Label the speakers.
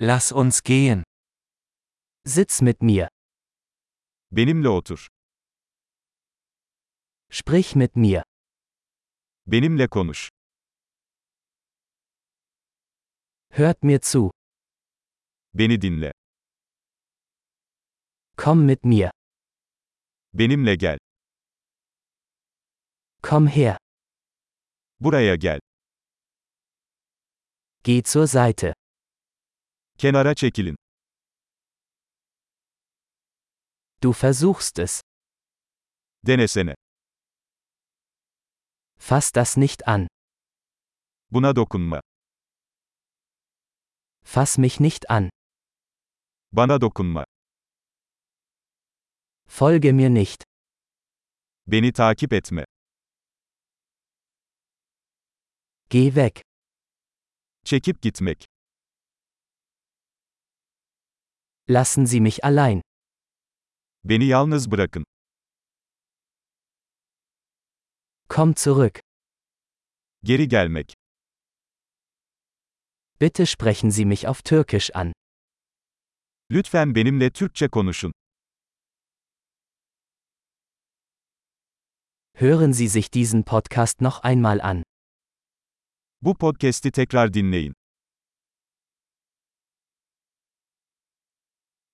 Speaker 1: Lass uns gehen. Sitz mit mir.
Speaker 2: Benimle otur.
Speaker 1: Sprich mit mir.
Speaker 2: Benimle konuş.
Speaker 1: Hört mir zu.
Speaker 2: Beni dinle.
Speaker 1: Komm mit mir.
Speaker 2: Benimle gel.
Speaker 1: Komm her.
Speaker 2: Buraya gel.
Speaker 1: Geh zur Seite.
Speaker 2: Kenara çekilin.
Speaker 1: Du versuchst es.
Speaker 2: Denesene.
Speaker 1: Fass das nicht an.
Speaker 2: Buna dokunma.
Speaker 1: Fass mich nicht an.
Speaker 2: Bana dokunma.
Speaker 1: Folge mir nicht.
Speaker 2: Beni takip etme.
Speaker 1: Geh weg.
Speaker 2: Çekip gitmek.
Speaker 1: Lassen Sie mich allein.
Speaker 2: Beni yalnız bırakın.
Speaker 1: Komm zurück.
Speaker 2: Geri gelmek.
Speaker 1: Bitte sprechen Sie mich auf Türkisch an.
Speaker 2: Lütfen benimle Türkçe konuşun.
Speaker 1: Hören Sie sich diesen Podcast noch einmal an.
Speaker 2: Bu podcast'i tekrar dinleyin.